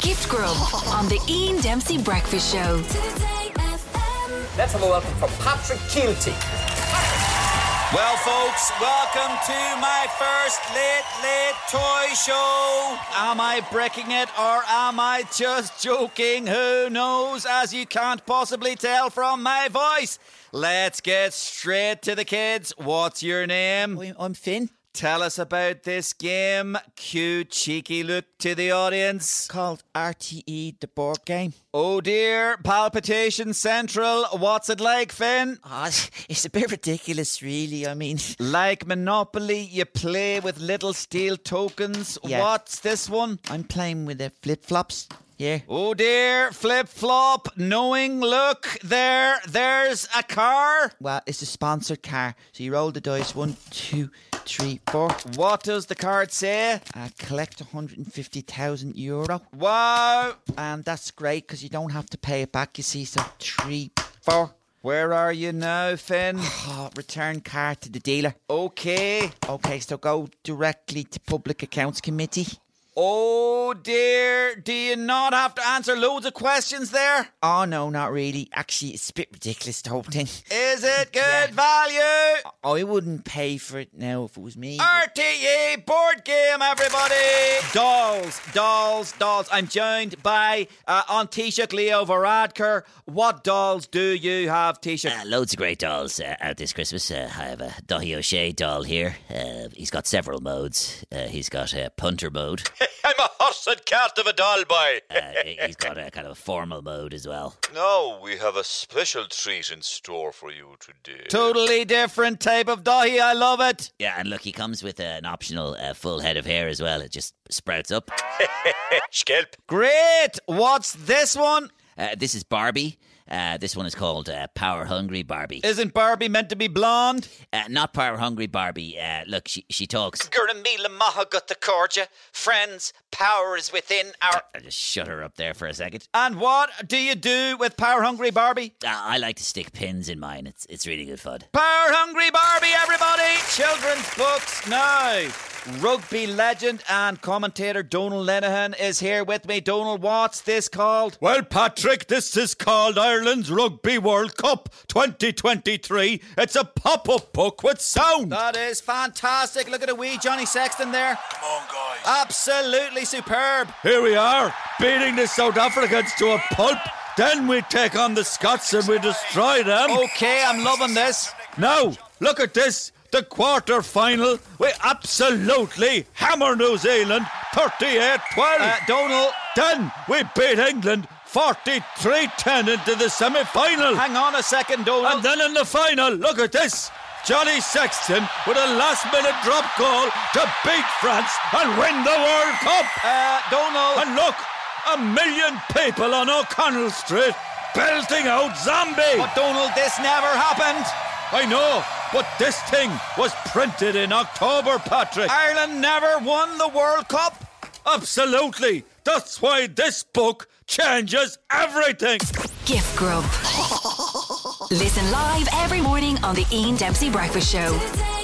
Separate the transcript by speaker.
Speaker 1: Gift Grub on the Ian Dempsey Breakfast Show.
Speaker 2: Today FM.
Speaker 3: Let's have a welcome from Patrick Keelty.
Speaker 4: Well, folks, welcome to my first late, late toy show. Am I breaking it or am I just joking? Who knows, as you can't possibly tell from my voice. Let's get straight to the kids. What's your name?
Speaker 5: I'm Finn.
Speaker 4: Tell us about this game. Cue cheeky look to the audience.
Speaker 5: Called RTE the board game.
Speaker 4: Oh dear, palpitation central. What's it like, Finn?
Speaker 5: Ah, it's a bit ridiculous, really. I mean,
Speaker 4: Like Monopoly, you play with little steel tokens.
Speaker 5: Yeah.
Speaker 4: What's this one?
Speaker 5: I'm playing with the flip flops. Yeah.
Speaker 4: Oh dear, flip flop, knowing. Look, there, there's a car.
Speaker 5: Well, it's a sponsored car, so you roll the dice. One, two, three, four.
Speaker 4: What does the card say?
Speaker 5: Uh, collect 150,000 euro,
Speaker 4: Wow.
Speaker 5: and um, that's great because you don't have to pay it back. You see, so three, four.
Speaker 4: Where are you now, Finn?
Speaker 5: Oh, return car to the dealer.
Speaker 4: Okay.
Speaker 5: Okay, so go directly to Public Accounts Committee.
Speaker 4: Oh dear, do you not have to answer loads of questions there?
Speaker 5: Oh no, not really. Actually, it's a bit ridiculous the whole thing.
Speaker 4: Is it good value?
Speaker 5: I Oh, wouldn't pay for it now if it was me. but-
Speaker 4: RTE E board game, everybody! Dolls, dolls, dolls. I'm joined by uh, on Taoiseach Leo Varadkar. What dolls do you have, Taoiseach?
Speaker 6: Uh, loads of great dolls uh, out this Christmas. Uh, I have a Dahi O'Shea doll here. Uh, he's got several modes. Uh, he's got a punter mode.
Speaker 7: I'm a horse and cart of a doll boy.
Speaker 6: Uh, he's got a kind of a formal mode as well.
Speaker 7: now we have a special treat in store for you today.
Speaker 4: Totally different type of dahi. I love it.
Speaker 6: Yeah, and look, he comes with uh, an optional uh, full head of hair as well. It just sprouts up.
Speaker 7: Scalp.
Speaker 4: Great. What's this one?
Speaker 6: Uh, this is Barbie. Uh, this one is called uh, Power Hungry Barbie.
Speaker 4: Isn't Barbie meant to be blonde?
Speaker 6: Uh, not Power Hungry Barbie. Uh, look, she she talks.
Speaker 4: Guramila maha gutta corja. Friends, power is within our.
Speaker 6: I just shut her up there for a second.
Speaker 4: And what do you do with power hungry Barbie?
Speaker 6: Uh, I like to stick pins in mine. It's it's really good fun.
Speaker 4: Power Hungry Barbie, everybody! Children's books now. Rugby legend and commentator Donal Lenihan is here with me. Donal, what's this called?
Speaker 8: Well, Patrick, this is called Ireland's Rugby World Cup 2023. It's a pop up book with sound.
Speaker 4: That is fantastic. Look at a wee Johnny Sexton there.
Speaker 7: Come on, guys.
Speaker 4: Absolutely superb.
Speaker 8: Here we are, beating the South Africans to a pulp. Then we take on the Scots and we destroy them.
Speaker 4: Okay, I'm loving this.
Speaker 8: Now, look at this. The quarter final. We absolutely hammer New Zealand 38 12.
Speaker 4: Uh, Donal,
Speaker 8: then we beat England 43 10 into the semi final.
Speaker 4: hang on a second, Donal.
Speaker 8: And then in the final, look at this. Johnny Sexton with a last minute drop goal to beat France and win the World Cup.
Speaker 4: Uh, Donal,
Speaker 8: And look, a million people on O'Connell Street belting out Zombie.
Speaker 4: but Donal, this never happened.
Speaker 8: I know, but this thing was printed in October, Patrick.
Speaker 4: Ireland never won the World Cup.
Speaker 8: Absolutely. That's why this book changes everything.
Speaker 1: Gift Grub. Listen live every morning on the Ian Dempsey Breakfast Show.
Speaker 2: Today